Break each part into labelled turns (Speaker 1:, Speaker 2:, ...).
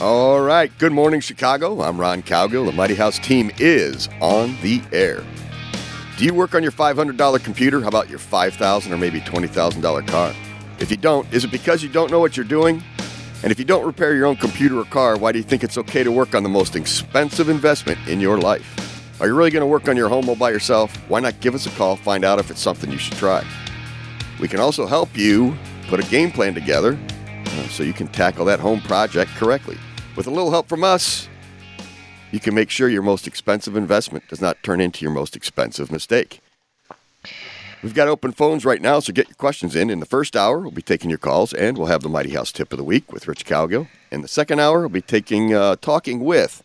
Speaker 1: All right. Good morning, Chicago. I'm Ron Cowgill. The Mighty House team is on the air. Do you work on your $500 computer? How about your $5,000 or maybe $20,000 car? If you don't, is it because you don't know what you're doing? And if you don't repair your own computer or car, why do you think it's okay to work on the most expensive investment in your life? Are you really going to work on your home all by yourself? Why not give us a call, find out if it's something you should try? We can also help you put a game plan together uh, so you can tackle that home project correctly. With a little help from us, you can make sure your most expensive investment does not turn into your most expensive mistake. We've got open phones right now, so get your questions in. In the first hour, we'll be taking your calls, and we'll have the Mighty House tip of the week with Rich Calgill. In the second hour, we'll be taking uh, talking with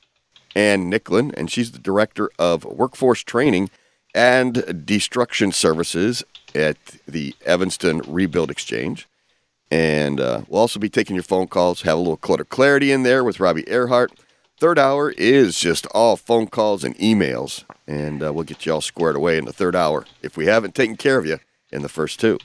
Speaker 1: Ann Nicklin, and she's the director of workforce training and destruction services at the Evanston Rebuild Exchange. And uh, we'll also be taking your phone calls, have a little clutter clarity in there with Robbie Earhart. Third hour is just all phone calls and emails, and uh, we'll get you all squared away in the third hour if we haven't taken care of you in the first two.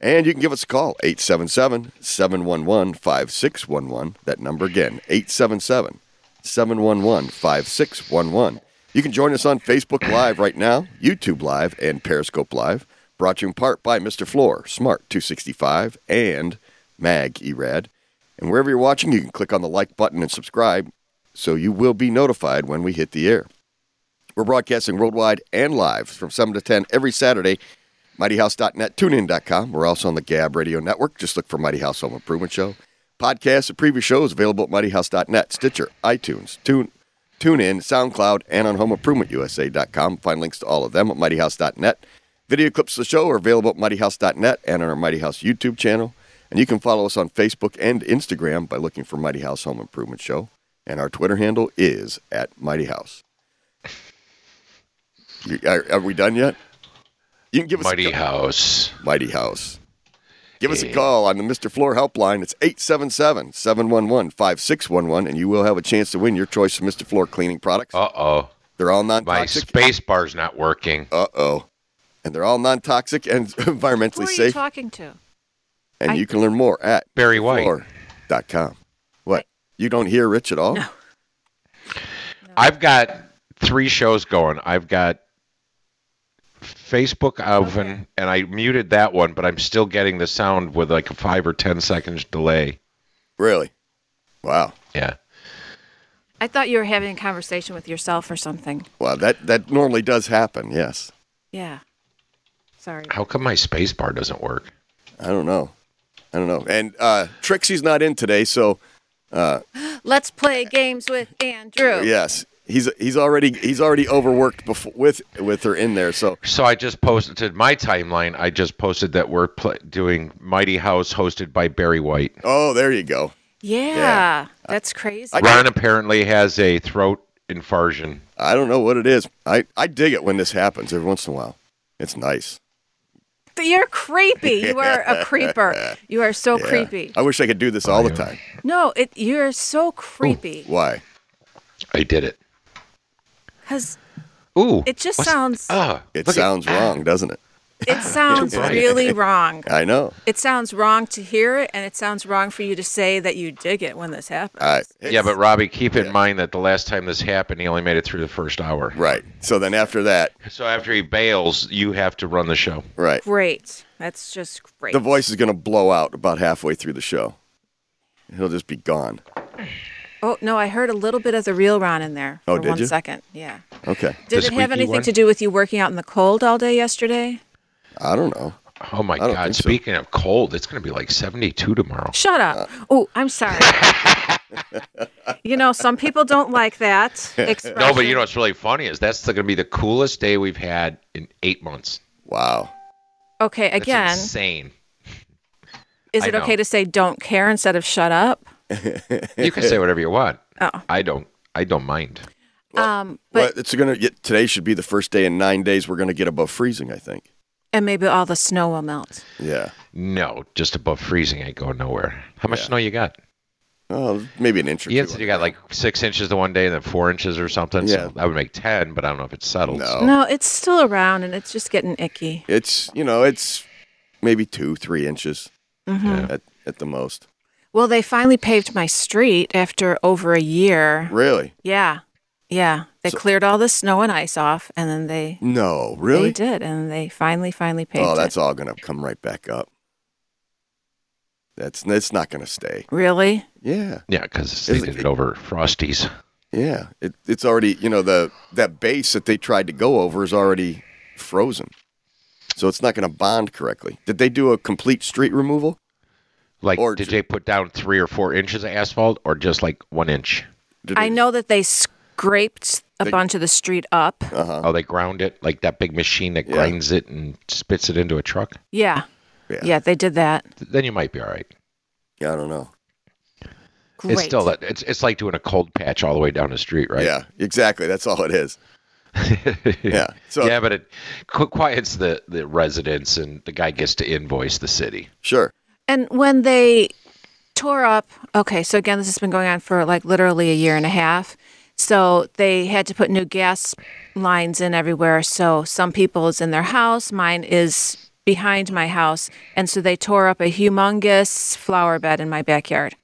Speaker 1: And you can give us a call, 877 711 5611. That number again, 877 711 5611. You can join us on Facebook Live right now, YouTube Live, and Periscope Live. Brought to you in part by Mr. Floor, Smart 265, and Mag Erad. And wherever you're watching, you can click on the like button and subscribe so you will be notified when we hit the air. We're broadcasting worldwide and live from 7 to 10 every Saturday. MightyHouse.net, tunein.com. We're also on the Gab Radio Network. Just look for Mighty House Home Improvement Show. Podcasts of previous shows available at MightyHouse.net, Stitcher, iTunes, Tune, TuneIn, SoundCloud, and on HomeImprovementUSA.com. Find links to all of them at MightyHouse.net. Video clips of the show are available at MightyHouse.net and on our Mighty House YouTube channel. And you can follow us on Facebook and Instagram by looking for Mighty House Home Improvement Show. And our Twitter handle is at Mighty House. You- Are, are we done yet? You can give us a
Speaker 2: Mighty
Speaker 1: call-
Speaker 2: House.
Speaker 1: Mighty House. Give us a
Speaker 2: Yeah.
Speaker 1: call on the Mr. Floor helpline. It's 877 711 5611, and you will have a chance to win your choice of Mr. Floor cleaning products.
Speaker 2: Uh oh.
Speaker 1: They're all non
Speaker 2: My
Speaker 1: toxic.
Speaker 2: space bar's not working.
Speaker 1: uh oh. And they're all non toxic and
Speaker 3: Who
Speaker 1: environmentally
Speaker 3: are you
Speaker 1: safe.
Speaker 3: talking to?
Speaker 1: and
Speaker 3: I-
Speaker 1: you can learn more at
Speaker 2: Barry White.
Speaker 1: floor.com. What? You don't hear Rich at all?
Speaker 2: I've got three shows going. I've got Facebook oven, and I muted that one, but I'm still getting the sound with like a five or ten seconds delay.
Speaker 1: Really? Wow.
Speaker 2: Yeah.
Speaker 3: I thought you were having a conversation with yourself or something.
Speaker 1: Wow, that, that normally does happen, yes.
Speaker 3: Yeah. Sorry.
Speaker 2: How come my space bar doesn't work?
Speaker 1: I don't know. I don't know. And uh, Trixie's not in today, so
Speaker 3: Let's play games with Andrew.
Speaker 1: Yes, he's he's already he's already overworked before, with with her in there. So
Speaker 2: So I just posted to my timeline. I just posted that we're pl- doing Mighty House hosted by Barry White.
Speaker 1: oh, there you go.
Speaker 3: Yeah.
Speaker 1: Yeah.
Speaker 3: That's crazy.
Speaker 1: I-
Speaker 2: Ron apparently has a throat infarction.
Speaker 1: I don't know what it is. I I dig it when this happens every once in a while. It's nice.
Speaker 3: You're creepy. You are a creeper. You are so
Speaker 1: Yeah.
Speaker 3: creepy.
Speaker 1: I wish I could do this all the time.
Speaker 3: No, it you're so creepy.
Speaker 1: Why?
Speaker 2: I did it.
Speaker 3: Cuz
Speaker 2: Ooh.
Speaker 3: it just
Speaker 2: What's-
Speaker 3: sounds
Speaker 2: Ah,
Speaker 1: It
Speaker 2: look at-
Speaker 1: sounds wrong, doesn't it?
Speaker 3: it sounds
Speaker 2: bright.
Speaker 3: really wrong.
Speaker 1: I know.
Speaker 3: It sounds wrong to hear it and it sounds wrong for you to say that you dig it when this happens.
Speaker 1: I,
Speaker 2: Yeah, but Robbie, keep in mind that the last time this happened, he only made it through the first hour.
Speaker 1: right. So then after that,
Speaker 2: So after he bails, you have to run the show.
Speaker 1: right,
Speaker 3: Great. That's just great.
Speaker 1: the voice is gonna blow out about halfway through the show. He'll just be gone.
Speaker 3: Oh no, I heard a little bit of the real Ron in there.
Speaker 1: Oh,
Speaker 3: for
Speaker 1: did
Speaker 3: one
Speaker 1: you?
Speaker 3: second. Yeah.
Speaker 1: Okay.
Speaker 3: Did
Speaker 2: The
Speaker 3: it have
Speaker 2: squeaky
Speaker 3: anything
Speaker 2: one?
Speaker 3: to do with you working out in the cold all day yesterday?
Speaker 1: I don't know.
Speaker 2: Oh my
Speaker 1: I don't
Speaker 2: God!
Speaker 1: think so.
Speaker 2: Speaking of cold, it's going to be like 72 tomorrow.
Speaker 3: Shut up.
Speaker 2: Uh.
Speaker 3: oh, I'm sorry. you know, some people don't like that. Expression.
Speaker 2: No, but you know what's really funny is that's going to be the coolest day we've had in eight months.
Speaker 1: Wow.
Speaker 3: Okay,
Speaker 2: That's
Speaker 3: again,
Speaker 2: insane.
Speaker 3: is
Speaker 2: I
Speaker 3: it
Speaker 2: know.
Speaker 3: okay to say don't care instead of shut up?
Speaker 2: You can say whatever you want.
Speaker 3: Oh.
Speaker 2: I don't. I don't mind.
Speaker 3: um, but
Speaker 1: well, it's gonna get today should be the first day in nine days we're gonna get above freezing. I think.
Speaker 3: and maybe all the snow will melt.
Speaker 1: Yeah.
Speaker 2: No, just above freezing ain't going nowhere. How much
Speaker 1: Yeah.
Speaker 2: snow you got?
Speaker 1: Oh, maybe an inch or
Speaker 2: You
Speaker 1: two.
Speaker 2: said you got like six inches the one day, and then four inches or something.
Speaker 1: Yeah.
Speaker 2: So that would make ten, but I don't know if it's settled.
Speaker 1: No. Oh.
Speaker 3: No, it's still around and it's just getting icky.
Speaker 1: It's you know it's maybe two three inches
Speaker 3: Mm-hmm.
Speaker 2: Yeah.
Speaker 1: at at the most.
Speaker 3: Well, they finally paved my street after over a year.
Speaker 1: Really?
Speaker 3: Yeah. Yeah. They cleared all the snow and ice off and then they
Speaker 1: No, really.
Speaker 3: they did and they finally finally paved
Speaker 1: Oh, that's
Speaker 3: it.
Speaker 1: all gonna come right back up. That's it's not gonna stay.
Speaker 3: Really?
Speaker 1: Yeah,
Speaker 2: Yeah, because they
Speaker 1: Is it-
Speaker 2: did it over Frosties.
Speaker 1: yeah. It, it's already you know the that base that they tried to go over is already frozen, so it's not gonna bond correctly. Did they do a complete street removal?
Speaker 2: Like,
Speaker 1: Or
Speaker 2: did
Speaker 1: ju-
Speaker 2: they put down three or four inches of asphalt, or just like one inch?
Speaker 1: Did
Speaker 3: I
Speaker 1: they-
Speaker 3: know that they scraped a
Speaker 1: They-
Speaker 3: bunch of the street up.
Speaker 1: Uh-huh.
Speaker 2: Oh, they ground it like that big machine that
Speaker 1: Yeah.
Speaker 2: grinds it and spits it into a truck.
Speaker 3: Yeah.
Speaker 1: Yeah.
Speaker 3: Yeah, they did that.
Speaker 2: Th- Then you might be all right.
Speaker 1: Yeah, I don't know.
Speaker 3: Great.
Speaker 2: It's still that. It's it's like doing a cold patch all the way down the street, right?
Speaker 1: Yeah, exactly. That's all it is. Yeah. So
Speaker 2: yeah, but it qu- quiets the the residents, and the guy gets to invoice the city.
Speaker 1: sure.
Speaker 3: And when they tore up, okay, so again, this has been going on for like literally a year and a half. So they had to put new gas lines in everywhere. So some people is in their house, mine is behind my house. And so they tore up a humongous flower bed in my backyard.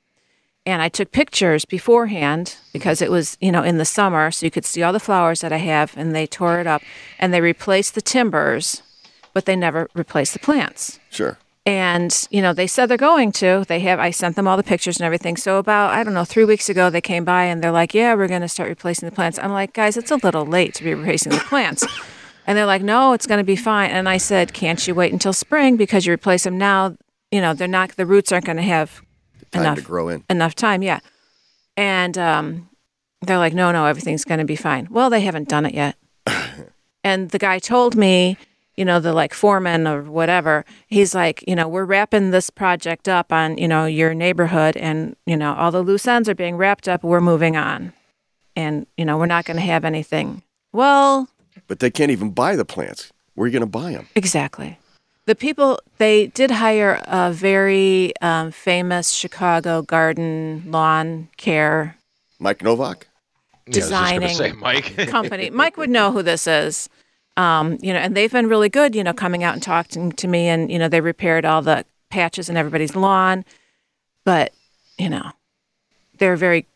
Speaker 3: And I took pictures beforehand because it was, you know, in the summer, so you could see all the flowers that I have. And they tore it up and they replaced the timbers, but they never replaced the plants
Speaker 1: Sure.
Speaker 3: and you know they said they're going to they have i sent them all the pictures and everything so about i don't know three weeks ago they came by and they're like yeah we're going to start replacing the plants i'm like guys it's a little late to be replacing the plants and they're like no it's going to be fine and i said can't you wait until spring because you replace them now you know they're not the roots aren't going to have
Speaker 1: Time
Speaker 3: enough
Speaker 1: to grow in.
Speaker 3: enough time yeah and um, they're like no no everything's going to be fine well they haven't done it yet and the guy told me you know the like foreman or whatever he's like you know we're wrapping this project up on you know your neighborhood and you know all the loose ends are being wrapped up we're moving on and you know we're not going to have anything well
Speaker 1: But they can't even buy the plants. Where are you going to buy them?
Speaker 3: Exactly. The people, they did hire a very um, famous Chicago garden lawn care
Speaker 1: Mike Novak?
Speaker 2: Yeah, I
Speaker 3: designing
Speaker 2: was just gonna say, Mike.
Speaker 3: company. Mike would know who this is. Um, you know, and they've been really good, you know, coming out and talking to me and, you know, they repaired all the patches in everybody's lawn. But, you know, they're very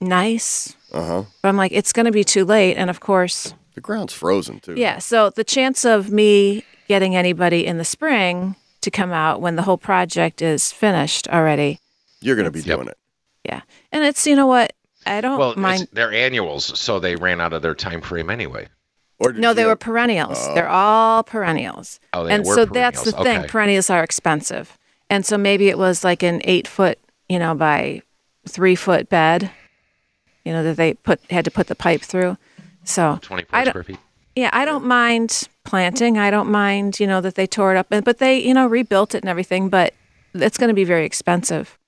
Speaker 3: nice.
Speaker 1: Uh huh.
Speaker 3: But I'm like, it's going to be too late. And of course,
Speaker 1: The ground's frozen too.
Speaker 3: yeah. So the chance of me getting anybody in the spring to come out when the whole project is finished already.
Speaker 1: You're going to be
Speaker 2: Yep.
Speaker 1: doing it.
Speaker 3: Yeah. And it's, you know what? I don't
Speaker 2: well, it's,
Speaker 3: mind.
Speaker 2: they're annuals, so they ran out of their time frame anyway.
Speaker 1: Or did
Speaker 3: No, they
Speaker 1: you-
Speaker 3: were perennials. They're all perennials.
Speaker 2: Oh, they
Speaker 3: and
Speaker 2: were
Speaker 3: so that's the
Speaker 2: perennials.
Speaker 3: thing.
Speaker 2: Okay.
Speaker 3: Perennials are expensive. And so maybe it was like an eight foot, you know, by three foot bed, you know, that they put had to put the pipe through. So I
Speaker 2: Twenty-four
Speaker 3: don't-
Speaker 2: square feet.
Speaker 3: Yeah, I don't mind planting. I don't mind, you know, that they tore it up, and but they, you know, rebuilt it and everything. But it's going to be very expensive.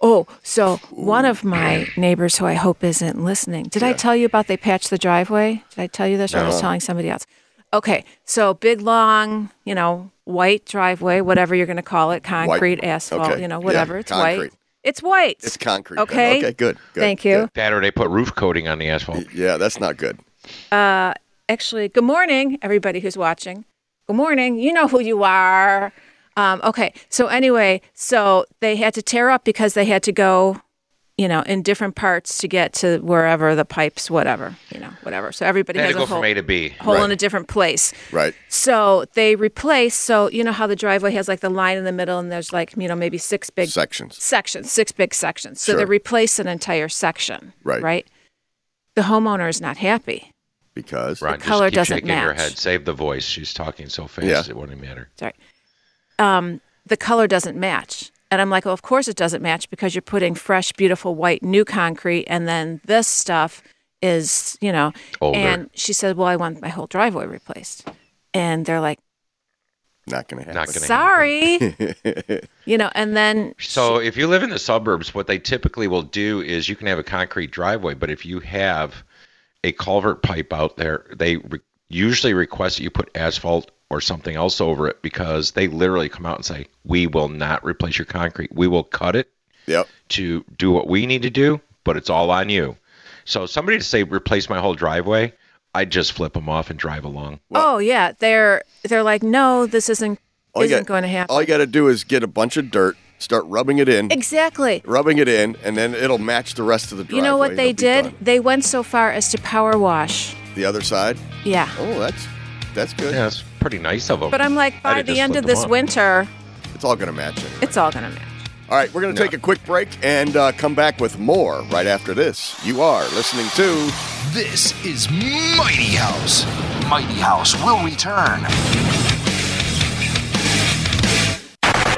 Speaker 3: Oh, so one of my neighbors who I hope isn't listening. Did I tell you about they patched the driveway? Did I tell you this, or I was telling somebody else? Okay, so big, long, you know, white driveway, whatever you're going to call it, concrete, asphalt,
Speaker 1: Okay,
Speaker 3: you know,
Speaker 1: yeah,
Speaker 3: whatever. it's
Speaker 1: concrete.
Speaker 3: white. It's white.
Speaker 1: It's concrete. then.
Speaker 3: Okay.
Speaker 1: Okay, good. good
Speaker 3: Thank you.
Speaker 2: That or they put roof coating on the asphalt.
Speaker 1: good. Yeah, that's not good.
Speaker 3: actually, good morning, everybody who's watching. Good morning. You know who you are. Um, okay. So, anyway, so they had to tear up because they had to go, you know, in different parts to get to wherever the pipes, whatever, you know, whatever. So, everybody
Speaker 2: They had
Speaker 3: has
Speaker 2: to go
Speaker 3: a hole,
Speaker 2: from A to B.
Speaker 3: hole
Speaker 1: Right.
Speaker 3: in a different place.
Speaker 1: Right.
Speaker 3: So, they replace. So, you know how the driveway has like the line in the middle and there's like, you know, maybe six big
Speaker 1: Sections.
Speaker 3: sections, six big sections. So,
Speaker 1: Sure.
Speaker 3: they replace an entire section.
Speaker 1: Right.
Speaker 3: Right. The homeowner is not happy.
Speaker 1: Because
Speaker 2: Ron,
Speaker 3: color
Speaker 2: just keep
Speaker 3: doesn't
Speaker 2: shaking your
Speaker 3: match.
Speaker 2: head. Save the voice. She's talking so fast
Speaker 1: Yeah.
Speaker 2: it wouldn't matter.
Speaker 3: sorry, um, the color doesn't match. And I'm like, well, of course it doesn't match because you're putting fresh, beautiful white, new concrete, and then this stuff is, you know.
Speaker 2: Older.
Speaker 3: And she said, well, I want my whole driveway replaced. And they're like,
Speaker 1: Not going to
Speaker 2: Not
Speaker 1: happen.
Speaker 2: gonna
Speaker 3: Sorry. you know, and then
Speaker 2: So if you live in the suburbs, what they typically will do is you can have a concrete driveway, but if you have a culvert pipe out there, they re- usually request that you put asphalt or something else over it because they literally come out and say, "We will not replace your concrete. We will cut it
Speaker 1: Yep.
Speaker 2: to do what we need to do, but it's all on you." So somebody to say replace my whole driveway, I just flip them off and drive along.
Speaker 3: oh yeah, they're they're like, no, this isn't
Speaker 1: All you
Speaker 3: isn't
Speaker 1: got-
Speaker 3: going to happen.
Speaker 1: All you got to do is get a bunch of dirt, start rubbing it in,
Speaker 3: exactly.
Speaker 1: rubbing it in, and then it'll match the rest of the driveway.
Speaker 3: You know what they
Speaker 1: It'll be
Speaker 3: did?
Speaker 1: done.
Speaker 3: They went so far as to power wash.
Speaker 1: The other side.
Speaker 3: Yeah.
Speaker 1: Oh, that's that's good.
Speaker 2: Yeah, it's pretty nice of them.
Speaker 3: But I'm like, by
Speaker 2: I'd have
Speaker 3: the
Speaker 2: just
Speaker 3: end
Speaker 2: flipped
Speaker 3: of
Speaker 2: them
Speaker 3: this
Speaker 2: off.
Speaker 3: winter,
Speaker 1: It's all going to match anyway.
Speaker 3: it's all gonna match.
Speaker 1: All right, we're going to take a quick break and uh, come back with more right after this. You are listening to.
Speaker 4: This is Mighty House. Mighty House will return.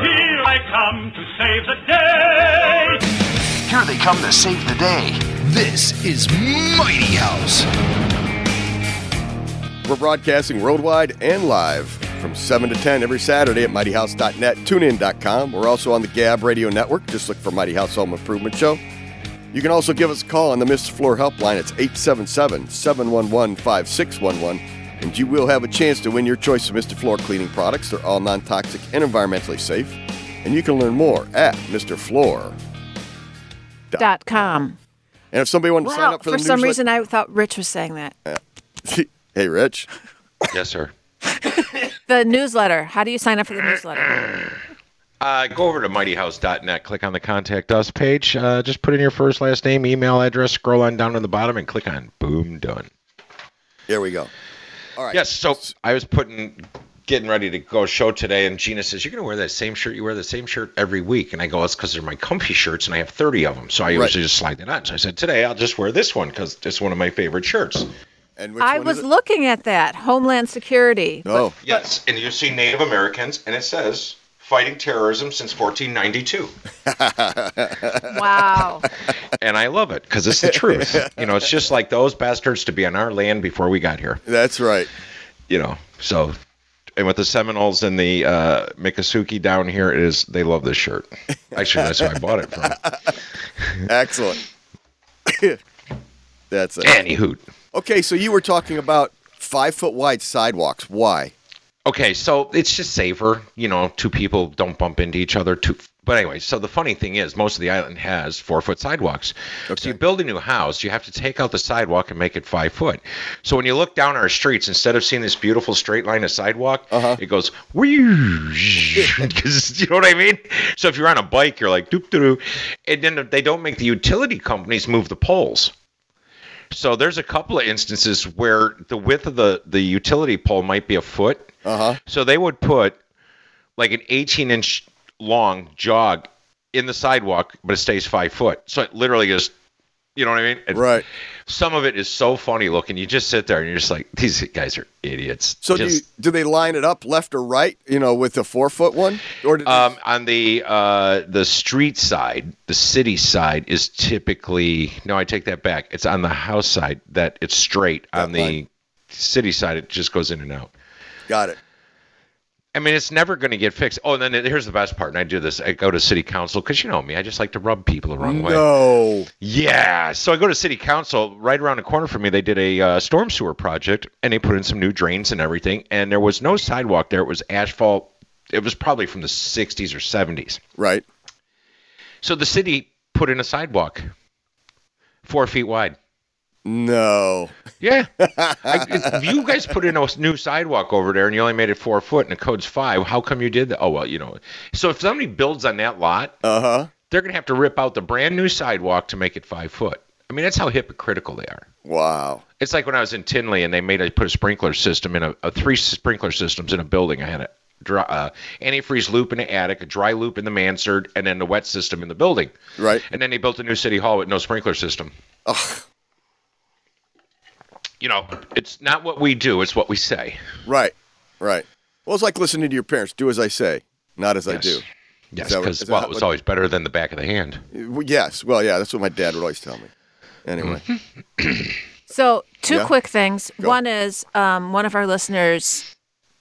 Speaker 5: Here I come to save the day.
Speaker 4: Here they come to save the day. This is Mighty House.
Speaker 1: We're broadcasting worldwide and live from 7 to 10 every Saturday at mightyhouse.net, tunein.com. We're also on the Gab Radio Network. Just look for Mighty House Home Improvement Show. You can also give us a call on the Mr. Floor Helpline. It's 877 711 5611. And you will have a chance to win your choice of Mr. Floor cleaning products. They're all non toxic and environmentally safe. And you can learn more at Mr. Floor.
Speaker 3: Dot com.
Speaker 1: And if somebody wanted to sign
Speaker 3: Wow.
Speaker 1: up for,
Speaker 3: For,
Speaker 1: the
Speaker 3: some
Speaker 1: newsletter-
Speaker 3: reason, I thought Rich was saying that.
Speaker 1: hey, Rich.
Speaker 2: yes, sir.
Speaker 3: The newsletter. How do you sign up for the newsletter?
Speaker 2: Uh, go over to mightyhouse.net, click on the contact us page, uh, just put in your first, last name, email address, scroll on down to the bottom, and click on boom done.
Speaker 1: There we go. All right.
Speaker 2: Yes, so I was putting, getting ready to go show today, and Gina says, "You're gonna wear that same shirt. You wear the same shirt every week." And I go, "That's because they're my comfy shirts, and I have 30 of them, so I
Speaker 1: Right.
Speaker 2: usually just slide that on." So I said, "Today I'll just wear this one because it's one of my favorite shirts."
Speaker 1: And which
Speaker 3: I
Speaker 1: one is
Speaker 3: was
Speaker 1: it?
Speaker 3: looking at that Homeland Security.
Speaker 1: Oh,
Speaker 2: Yes, and you see Native Americans, and it says "Fighting Terrorism Since 1492."
Speaker 3: Wow.
Speaker 2: and I love it because it's the truth. you know, it's just like those bastards to be on our land before we got here.
Speaker 1: that's right.
Speaker 2: You know, so and with the Seminoles and the uh, Miccosukee down here, it is they love this shirt. Actually, that's where I bought it from.
Speaker 1: Excellent. that's it.
Speaker 2: Any hoot.
Speaker 1: Okay, so you were talking about five foot wide sidewalks. Why?
Speaker 2: Okay, so it's just safer. You know, two people don't bump into each other. Two, but anyway, so the funny thing is, most of the island has four foot sidewalks. So you build a new house, you have to take out the sidewalk and make it five foot. So when you look down our streets, instead of seeing this beautiful straight line of sidewalk, it goes because you know what I mean. So if you're on a bike, you're like doop doop, and then they don't make the utility companies move the poles. So there's a couple of instances where the width of the the utility pole might be a foot.
Speaker 1: Uh huh.
Speaker 2: So they would put like an 18 inch long jog in the sidewalk, but it stays five foot. So it literally is, you know what I mean? It-
Speaker 1: Right.
Speaker 2: Some of it is so funny looking. You just sit there and you're just like, these guys are idiots.
Speaker 1: So do, you,
Speaker 2: Just-
Speaker 1: do they line it up left or right? You know, with the four foot one, or did they-
Speaker 2: um, on the uh, the street side, the city side is typically no. I take that back. It's on the house side that it's straight. on the
Speaker 1: line.
Speaker 2: city side, it just goes in and out.
Speaker 1: got it.
Speaker 2: I mean, it's never going to get fixed. Oh, and then here's the best part. And I do this. I go to city council because you know me. I just like to rub people the wrong way.
Speaker 1: No.
Speaker 2: Yeah. So I go to city council. Right around the corner from me, they did a uh, storm sewer project, and they put in some new drains and everything. And there was no sidewalk there. It was asphalt. It was probably from the 60s or 70s.
Speaker 1: Right.
Speaker 2: So the city put in a sidewalk, four feet wide.
Speaker 1: No.
Speaker 2: Yeah. I, if you guys put in a new sidewalk over there and you only made it four foot and the code's five. How come you did that? Oh, well, you know. So if somebody builds on that lot,
Speaker 1: Uh huh.
Speaker 2: they're going to have to rip out the brand new sidewalk to make it five foot. I mean, that's how hypocritical they are.
Speaker 1: Wow.
Speaker 2: It's like when I was in Tinley and they made I put a sprinkler system in a, a three sprinkler systems in a building. I had a dry, uh, antifreeze loop in the attic, a dry loop in the mansard, and then the wet system in the building.
Speaker 1: Right.
Speaker 2: And then they built a new city hall with no sprinkler system.
Speaker 1: Ugh.
Speaker 2: You know, it's not what we do; it's what we say.
Speaker 1: Right. Right. Well, it's like listening to your parents. Do as I say, not as I
Speaker 2: Yes.
Speaker 1: do.
Speaker 2: Yes,
Speaker 1: Is that what- is
Speaker 2: because
Speaker 1: that
Speaker 2: well,
Speaker 1: how-
Speaker 2: it was always better than the back of the hand.
Speaker 1: Well, yes. Well, yeah. That's what my dad would always tell me. Anyway.
Speaker 3: So, two
Speaker 1: Yeah.
Speaker 3: quick things. One is um, one of our listeners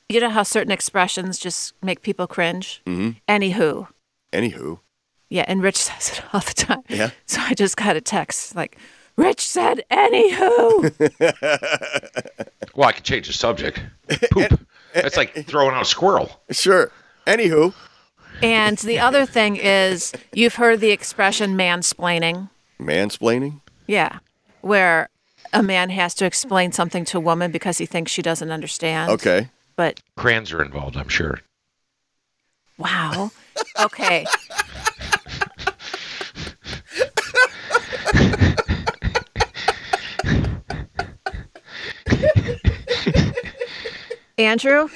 Speaker 3: you know how certain expressions just make people cringe? Mm-hmm. Anywho.
Speaker 1: Anywho,
Speaker 3: Yeah, and Rich says it all the time.
Speaker 1: Yeah.
Speaker 3: So I just got a text like, Rich said, anywho.
Speaker 2: Well, I could change the subject. Poop. It's like throwing out a squirrel.
Speaker 1: sure. Anywho,
Speaker 3: and the other thing is, you've heard the expression mansplaining.
Speaker 1: mansplaining.
Speaker 3: Yeah. Where a man has to explain something to a woman because he thinks she doesn't understand.
Speaker 1: Okay.
Speaker 3: But
Speaker 2: Crayons are involved, I'm sure.
Speaker 3: wow. Okay. Andrew,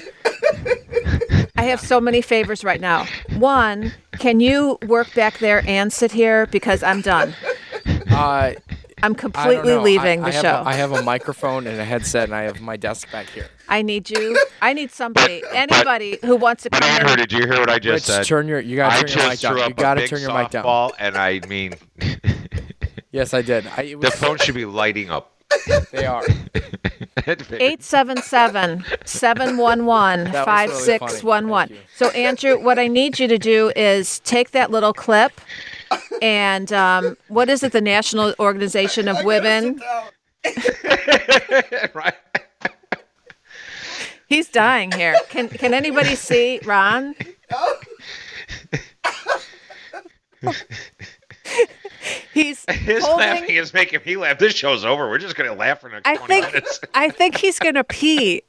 Speaker 3: I have so many favors right now. One, can you work back there and sit here because I'm done. I'm
Speaker 6: Uh, I don't
Speaker 3: completely
Speaker 6: know.
Speaker 3: leaving
Speaker 6: I,
Speaker 3: the
Speaker 6: I
Speaker 3: show.
Speaker 6: Have a, I have a microphone and a headset, and I have my desk back here.
Speaker 3: I need you. I need somebody, anybody who wants to come in.
Speaker 2: did you hear what I
Speaker 6: Rich,
Speaker 2: just said?
Speaker 6: turn your you gotta
Speaker 2: I
Speaker 6: turn your mic
Speaker 2: just
Speaker 6: down.
Speaker 2: threw up
Speaker 6: You gotta
Speaker 2: a big
Speaker 6: turn your mic down.
Speaker 2: softball, and I mean,
Speaker 6: Yes, I did. I, it
Speaker 2: the
Speaker 6: was,
Speaker 2: phone should be lighting up.
Speaker 6: they are.
Speaker 3: 877 711
Speaker 6: That was really funny. Thank
Speaker 3: 5611.
Speaker 6: you.
Speaker 3: So, Andrew, what I need you to do is take that little clip and um, what is it, the National Organization of Women?
Speaker 2: right?
Speaker 3: He's dying here. Can, can anybody see Ron? He's
Speaker 2: His
Speaker 3: holding
Speaker 2: laughing is making me laugh. This show's over. We're just gonna laugh for the next
Speaker 3: I
Speaker 2: 20
Speaker 3: think
Speaker 2: minutes.
Speaker 3: I think he's gonna pee.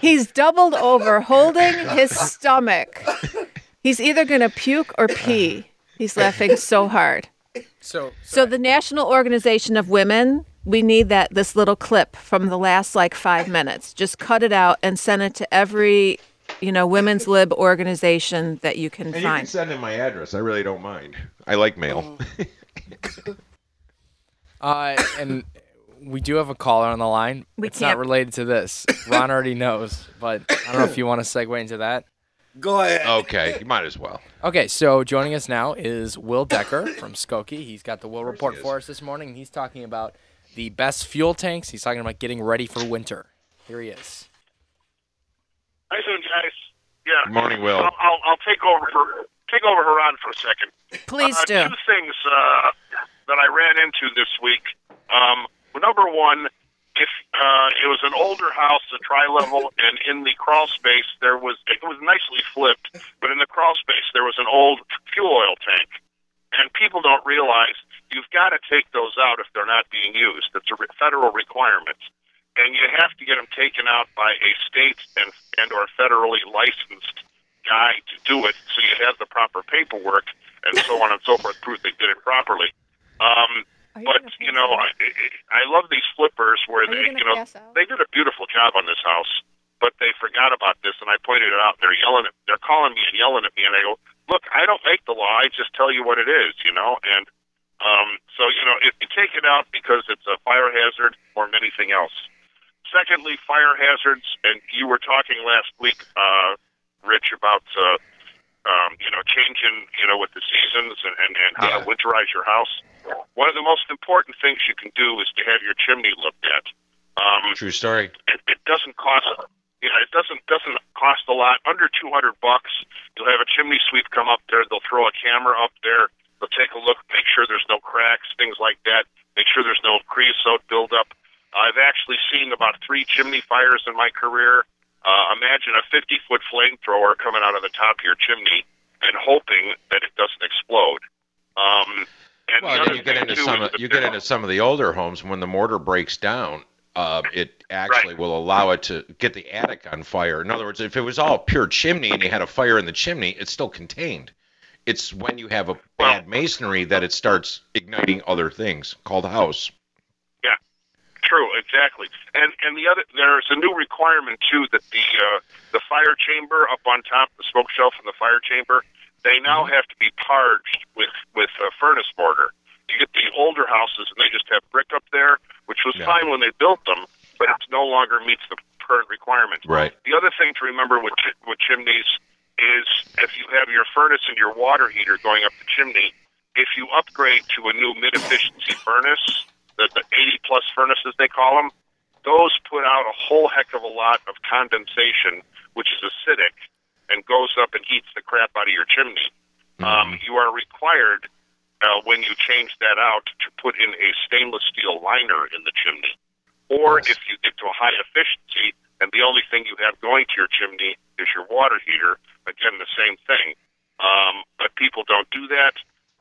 Speaker 3: he's doubled over, holding his stomach. He's either gonna puke or pee. He's laughing so hard.
Speaker 6: So
Speaker 3: So the National Organization of Women, we need that this little clip from the last like five minutes. Just cut it out and send it to every, you know, women's lib organization that you can
Speaker 2: And you can
Speaker 3: find.
Speaker 2: send in my address. I really don't mind. I like mail.
Speaker 6: uh, and we do have a caller on the line.
Speaker 3: We
Speaker 6: it's
Speaker 3: can't-
Speaker 6: not related to this. Ron already knows, but I don't know if you want to segue into that.
Speaker 1: Go ahead.
Speaker 2: okay, you might as well.
Speaker 6: Okay, so joining us now is Will Decker from Skokie. He's got the Will report for us this morning. and He's talking about the best fuel tanks. He's talking about getting ready for winter. Here he is.
Speaker 7: Hi, soon, guys. Yeah.
Speaker 2: Good morning, Will.
Speaker 7: I'll, I'll, I'll take over for take over Haran for a second.
Speaker 3: Please
Speaker 7: uh,
Speaker 3: do.
Speaker 7: Two things uh, that I ran into this week. Um, number one, if uh, it was an older house, a tri-level, and in the crawl space there was it was nicely flipped, but in the crawl space there was an old fuel oil tank, and people don't realize you've got to take those out if they're not being used. It's a re- federal requirement, and you have to get them taken out by a state and and or federally licensed guy to do it, so you have the proper paperwork and so on and so forth, prove they did it properly. Um, but you know, I, I I love these flippers where they, you know, they did a beautiful job on this house, but they forgot about this, and I pointed it out. They're yelling, at, they're calling me and yelling at me, and I go, "Look, I don't make the law. I just tell you what it is, you know." And um, so, you know, if you take it out because it's a fire hazard or anything else. Secondly, fire hazards, and you were talking last week, uh, Rich, about uh, um, you know changing, you know, with the seasons and, and, and how to
Speaker 2: Yeah.
Speaker 7: winterize your house. One of the most important things you can do is to have your chimney looked at. Um,
Speaker 2: True story.
Speaker 7: it, it doesn't cost you know, it doesn't doesn't cost a lot. Under two hundred bucks, you'll have a chimney sweep come up there. They'll throw a camera up there. They'll take a look, make sure there's no cracks, things like that. Make sure there's no creosote buildup. I've actually seen about three chimney fires in my career. Uh, imagine a fifty foot flamethrower coming out of the top of your chimney and hoping that it doesn't explode. Um, and the
Speaker 2: Well,
Speaker 7: other
Speaker 2: then you get
Speaker 7: thing,
Speaker 2: into
Speaker 7: too,
Speaker 2: some
Speaker 7: is
Speaker 2: of,
Speaker 7: that
Speaker 2: you get
Speaker 7: there-
Speaker 2: into some of the older homes when the mortar breaks down. Uh, it actually will allow it to get the attic on fire. In other words, if it was all pure chimney and you had a fire in the chimney, it's still contained. It's when you have a bad masonry that it starts igniting other things called house.
Speaker 7: True, exactly. And and the other there's a new requirement too that the uh, the fire chamber up on top, the smoke shelf in the fire chamber, they now have to be parged with with uh, furnace mortar. You get the older houses and they just have brick up there, which was
Speaker 2: Yeah.
Speaker 7: fine when they built them, but it no longer meets the current requirements.
Speaker 2: Right.
Speaker 7: The other thing to remember with chi- with chimneys is if you have your furnace and your water heater going up the chimney, if you upgrade to a new mid efficiency furnace, the, the 80 plus furnaces they call them, those put out a whole heck of a lot of condensation, which is acidic and goes up and eats the crap out of your chimney. Um, you are required, uh, when you change that out, to put in a stainless steel liner in the chimney. Or if you get to a high efficiency and the only thing you have going to your chimney is your water heater, again, the same thing. Um, but people don't do that.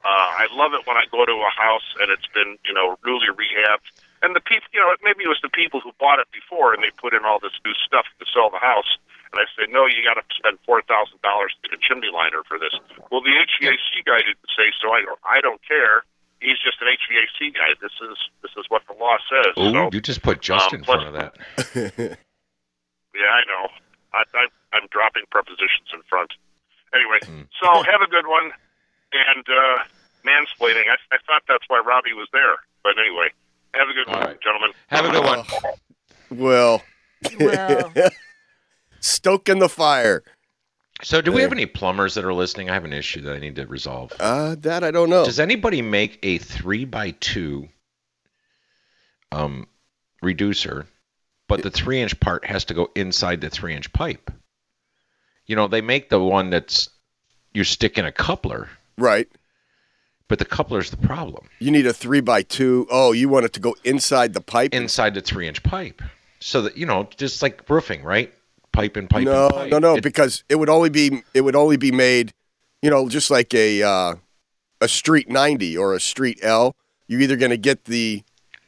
Speaker 7: Uh, I love it when I go to a house and it's been, you know, newly rehabbed. And the people, you know, maybe it was the people who bought it before and they put in all this new stuff to sell the house. And I say, no, you got to spend $4,000 to get a chimney liner for this. Well, the HVAC guy didn't say so. I go, I don't care. He's just an HVAC guy. This is this is what the law says.
Speaker 2: Ooh,
Speaker 7: so,
Speaker 2: you just put just
Speaker 7: um,
Speaker 2: in
Speaker 7: plus-
Speaker 2: front of that.
Speaker 7: yeah, I know. I, I, I'm dropping prepositions in front. Anyway,
Speaker 2: Hmm.
Speaker 7: so have a good one. And uh, mansplaining. I, I thought that's why Robbie was there. But anyway, have a good
Speaker 2: All
Speaker 7: one,
Speaker 2: right.
Speaker 7: gentlemen.
Speaker 2: Have a good one.
Speaker 1: Well,
Speaker 3: Well,
Speaker 1: stoking the fire.
Speaker 2: So, do we have any plumbers that are listening? I have an issue that I need to resolve.
Speaker 1: Uh, that I don't know.
Speaker 2: Does anybody make a three by two um, reducer, but the three inch part has to go inside the three inch pipe? You know, they make the one that's you stick in a coupler,
Speaker 1: right.
Speaker 2: but the coupler's the problem
Speaker 1: You need a three by two. Oh, you want it to go inside the pipe?
Speaker 2: inside the three inch pipe. So that you know, just like roofing, right? Pipe and pipe.
Speaker 1: no,
Speaker 2: and pipe.
Speaker 1: no, no,
Speaker 2: It-
Speaker 1: because it would only be it would only be made, you know, just like a uh, a street ninety or a street L. You're either going to get the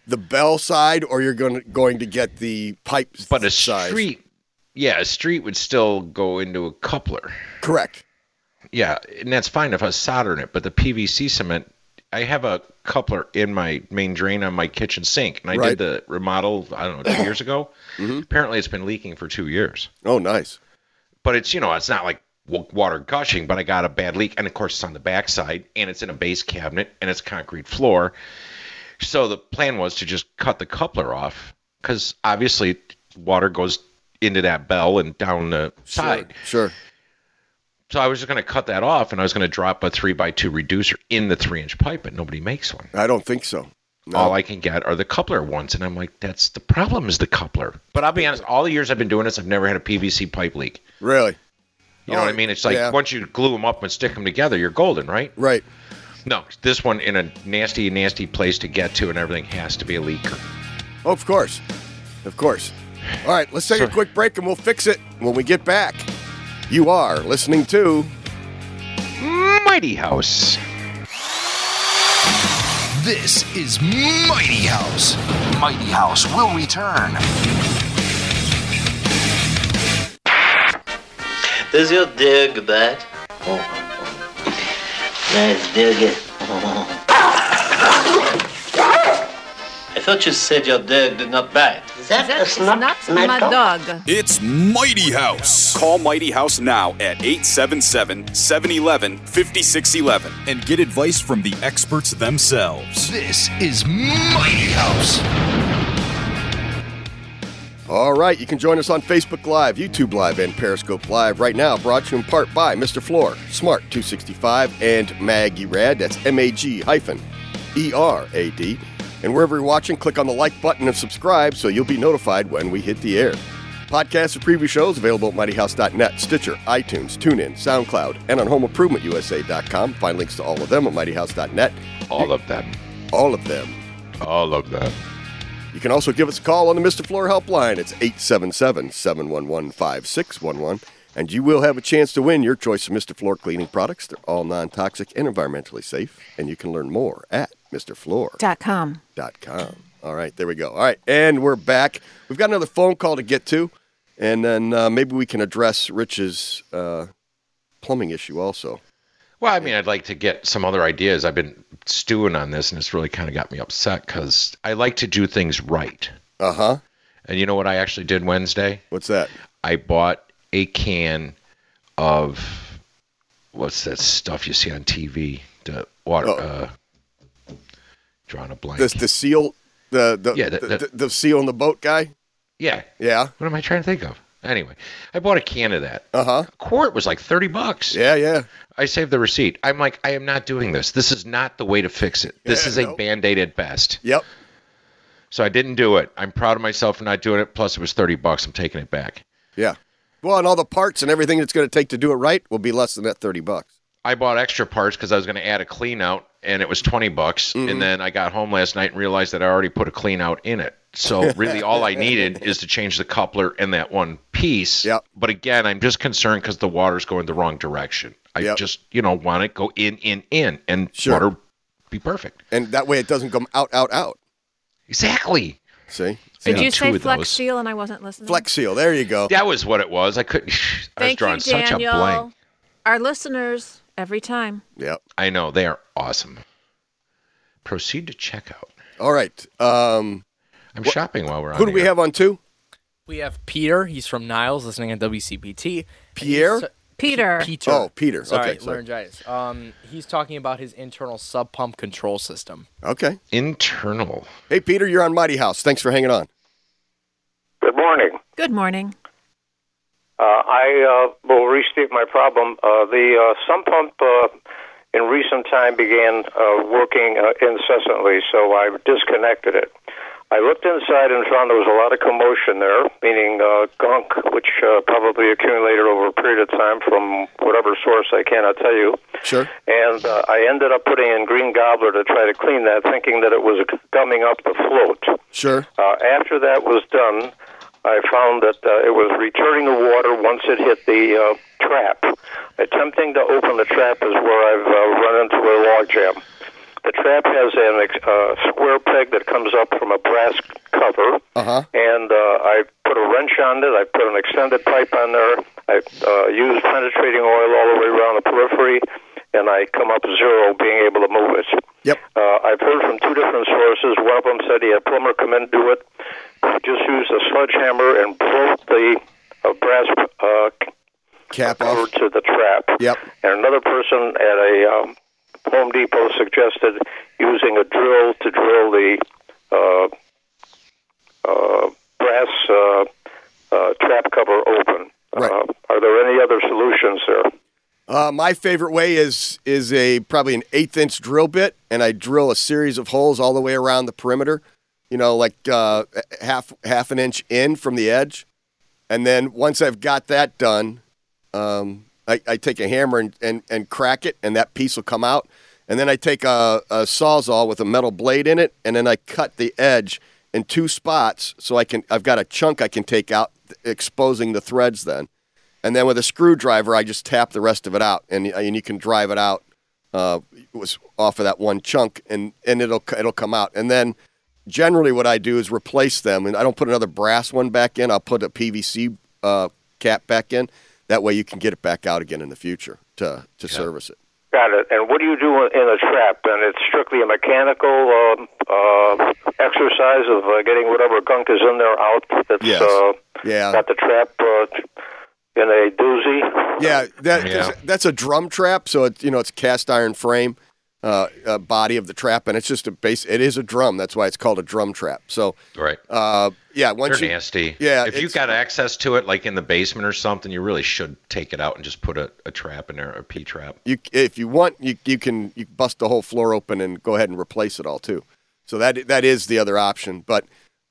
Speaker 1: the bell side or you're going to, going to get the pipe.
Speaker 2: but a
Speaker 1: size.
Speaker 2: street, yeah, a street would still go into a coupler.
Speaker 1: correct.
Speaker 2: Yeah, and that's fine if I solder it, but the PVC cement, I have a coupler in my main drain on my kitchen sink, and I
Speaker 1: Right. Mm-hmm.
Speaker 2: did the remodel, I don't know, two years ago. Apparently, it's been leaking for two years.
Speaker 1: Oh, nice.
Speaker 2: But it's, you know, it's not like w- water gushing, but I got a bad leak, and of course, it's on the backside, and it's in a base cabinet, and it's concrete floor. So the plan was to just cut the coupler off, because obviously, water goes into that bell and down the side.
Speaker 1: Sure.
Speaker 2: So I was just going to cut that off, and I was going to drop a three by two reducer in the three inch pipe, but nobody makes one.
Speaker 1: I don't think so. No.
Speaker 2: All I can get are the coupler ones, and I'm like, that's the problem is the coupler. But I'll be honest, all the years I've been doing this, I've never had a PVC pipe leak.
Speaker 1: really?
Speaker 2: You know
Speaker 1: Oh,
Speaker 2: what I mean? It's like
Speaker 1: yeah.
Speaker 2: once you glue them up and stick them together, you're golden, right?
Speaker 1: Right.
Speaker 2: No, this one in a nasty, nasty place to get to, and everything has to be a leaker.
Speaker 1: Oh, of course. Of course. All right, let's take a quick break and we'll fix it when we get back. You are listening to
Speaker 2: Mighty House.
Speaker 4: This is Mighty House. Mighty House will return.
Speaker 8: Does your dig that? Oh. Nice dig it. I thought you said your dog did not bite.
Speaker 9: That is not, my, dog.
Speaker 10: It's Mighty House. Call Mighty House now at 877 711 5611 and get advice from the experts themselves.
Speaker 4: This is Mighty House.
Speaker 1: All right, you can join us on Facebook Live, YouTube Live, and Periscope Live right now. Brought to you in part by Mr. Floor, Smart 265, and Maggie Rad. That's M A G hyphen E R A D. And wherever you're watching, click on the like button and subscribe so you'll be notified when we hit the air. Podcasts of previous shows available at mightyhouse.net, Stitcher, iTunes, TuneIn, SoundCloud, and on HomeImprovementUSA.com. Find links to all of them at mightyhouse.net.
Speaker 2: All of them.
Speaker 1: All of them.
Speaker 2: All of them.
Speaker 1: You can also give us a call on the Mr. Floor helpline. It's 877 711 5611. And you will have a chance to win your choice of Mr. Floor cleaning products. They're all non toxic and environmentally safe. And you can learn more at MrFloor.com.
Speaker 3: dot com.
Speaker 1: All right, there we go. All right, and we're back. We've got another phone call to get to. And then uh, maybe we can address Rich's uh, plumbing issue also.
Speaker 2: Well, I mean, I'd like to get some other ideas. I've been stewing on this, and it's really kind of got me upset because I like to do things right.
Speaker 1: Uh huh.
Speaker 2: And you know what I actually did Wednesday?
Speaker 1: What's that?
Speaker 2: I bought a can of what's that stuff you see on TV? The water.
Speaker 1: Oh.
Speaker 2: Uh, drawing a blank.
Speaker 1: The, the seal, the the,
Speaker 2: Yeah,
Speaker 1: the,
Speaker 2: the-
Speaker 1: the,
Speaker 2: the-
Speaker 1: the seal in the boat guy?
Speaker 2: yeah.
Speaker 1: Yeah.
Speaker 2: What am I trying to think of? Anyway, I bought a can of that.
Speaker 1: Uh huh.
Speaker 2: A quart was like thirty bucks.
Speaker 1: Yeah, yeah.
Speaker 2: I saved the receipt. I'm like, I am not doing this. This is not the way to fix it. This
Speaker 1: Yeah,
Speaker 2: is a
Speaker 1: no.
Speaker 2: band aid at best.
Speaker 1: Yep.
Speaker 2: So I didn't do it. I'm proud of myself for not doing it. Plus, it was 30 bucks. I'm taking it back.
Speaker 1: Yeah. Well, and all the parts and everything it's going to take to do it right will be less than that 30 bucks.
Speaker 2: I bought extra parts because I was going to add a clean out and it was 20 bucks. And then I got home last night and realized that I already put a clean out in it. So really all I needed is to change the coupler and that one piece. Yep. But again, I'm just concerned because the water's going the wrong direction. I just, you know, want it go in, in, in and water be perfect.
Speaker 1: And that way it doesn't come out, out, out.
Speaker 2: Exactly.
Speaker 1: See?
Speaker 3: Did you say Flex Seal and I wasn't listening?
Speaker 1: Flex Seal. There you go.
Speaker 2: That was what it was. I couldn't. I was
Speaker 3: Thank
Speaker 2: drawing
Speaker 3: you,
Speaker 2: such a blank.
Speaker 3: Daniel. Our listeners every time.
Speaker 1: Yep.
Speaker 2: I know they are awesome. Proceed to checkout.
Speaker 1: All right. Um,
Speaker 2: I'm shopping while we're on.
Speaker 1: Who do we
Speaker 2: air.
Speaker 1: have on two?
Speaker 6: We have Peter. He's from Niles, listening at WCPT.
Speaker 1: Pierre?
Speaker 3: Peter.
Speaker 6: uh, Peter.
Speaker 1: Oh, Peter.
Speaker 6: Sorry,
Speaker 1: Okay, sorry.
Speaker 6: laryngitis. Um, he's talking about his internal sub pump control system.
Speaker 1: Okay.
Speaker 2: Internal.
Speaker 1: Hey, Peter, you're on Mighty House. Thanks for hanging on.
Speaker 11: Good morning.
Speaker 3: Good morning.
Speaker 11: Uh, I uh, will restate my problem. Uh, the uh, sump pump uh, in recent time began uh, working uh, incessantly, so I disconnected it. I looked inside and found there was a lot of commotion there, meaning uh, gunk, which uh, probably accumulated over a period of time from whatever source I cannot tell you.
Speaker 1: Sure.
Speaker 11: And uh, I ended up putting in green gobbler to try to clean that, thinking that it was gumming up the float.
Speaker 1: Sure.
Speaker 11: Uh, after that was done, I found that uh, it was returning the water once it hit the uh, trap. Attempting to open the trap is where I've uh, run into a log jam. The trap has a ex- uh, square peg that comes up from a brass cover,
Speaker 1: Uh-huh.
Speaker 11: and uh, I put a wrench on it. I put an extended pipe on there. I uh, used penetrating oil all the way around the periphery, and I come up zero being able to move it.
Speaker 1: Yep.
Speaker 11: Uh, I've heard from two different sources. One of them said he had a plumber come in and do it. He just used a sledgehammer and broke the uh, brass uh,
Speaker 1: cap
Speaker 11: cover to the trap.
Speaker 1: Yep.
Speaker 11: And another person at a um, Home Depot suggested using a drill to drill the uh, uh, brass uh, uh, trap cover open. Uh, are there any other solutions there?
Speaker 1: Uh, my favorite way is is a probably an eighth inch drill bit, and I drill a series of holes all the way around the perimeter. You know, like uh, half half an inch in from the edge, and then once I've got that done, um, I, I take a hammer and, and and crack it, and that piece will come out. And then I take a, a sawzall with a metal blade in it, and then I cut the edge in two spots so I can I've got a chunk I can take out, exposing the threads then. And then with a screwdriver, I just tap the rest of it out, and and you can drive it out. Uh, it was off of that one chunk, and and it'll it'll come out. And then generally, what I do is replace them, and I don't put another brass one back in. I'll put a PVC uh, cap back in. That way, you can get it back out again in the future to to service it.
Speaker 11: Got it. And what do you do in a trap? And it's strictly a mechanical um, uh, exercise of uh, getting whatever gunk is in there out. That's
Speaker 1: Yes.
Speaker 11: uh,
Speaker 1: Yeah.
Speaker 11: got the trap uh, in a doozy.
Speaker 1: Yeah, that,
Speaker 11: Yeah.
Speaker 1: that's a drum trap. So it's you know it's cast iron frame, uh, uh, body of the trap, and it's just a base. It is a drum. That's why it's called a drum trap. So
Speaker 2: Right.
Speaker 1: uh, yeah, once
Speaker 2: They're
Speaker 1: you,
Speaker 2: nasty.
Speaker 1: Yeah,
Speaker 2: If you've got access to it, like in the basement or something, you really should take it out and just put a, a trap in there, a P trap.
Speaker 1: you if you want you you can you can bust the whole floor open and go ahead and replace it all too. So that that is the other option. But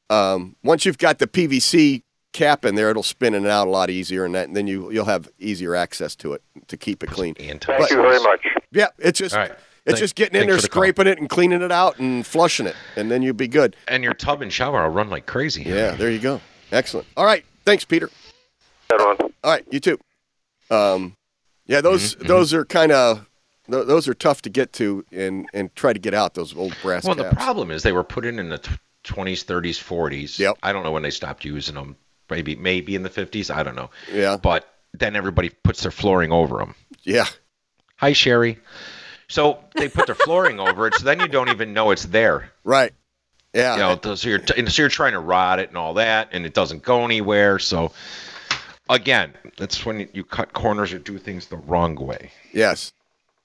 Speaker 1: um, once you've got the PVC cap in there, it'll spin in and out a lot easier, and that and then you you'll have easier access to it to keep it clean.
Speaker 11: Thank you very much.
Speaker 1: Yeah, it's just
Speaker 2: All right.
Speaker 1: it's
Speaker 2: Thank-
Speaker 1: just getting in
Speaker 2: thanks
Speaker 1: there,
Speaker 2: for the call.
Speaker 1: scraping it, and cleaning it out, and flushing it, and then you'll be good.
Speaker 2: And your tub and shower will run like crazy.
Speaker 1: Yeah, there you go. Excellent. All right, thanks, Peter.
Speaker 11: All
Speaker 1: right, you too. Um, yeah,
Speaker 2: Mm-hmm,
Speaker 1: those those are kind of th- those are tough to get to and and try to get out those old brass
Speaker 2: Well,
Speaker 1: caps.
Speaker 2: the problem is they were put in in the t- 20s, 30s, 40s. Yep. I don't know when they stopped using them. Maybe maybe in the 50s. I don't know.
Speaker 1: Yeah.
Speaker 2: But then everybody puts their flooring over them.
Speaker 1: Yeah.
Speaker 2: Hi, Sherry. So they put their flooring over it, so then you don't even know it's there.
Speaker 1: Right. Yeah.
Speaker 2: You know, th- so you're t- and so you're trying to rot it and all that, and it doesn't go anywhere. So again, that's when you cut corners or do things the wrong way.
Speaker 1: Yes.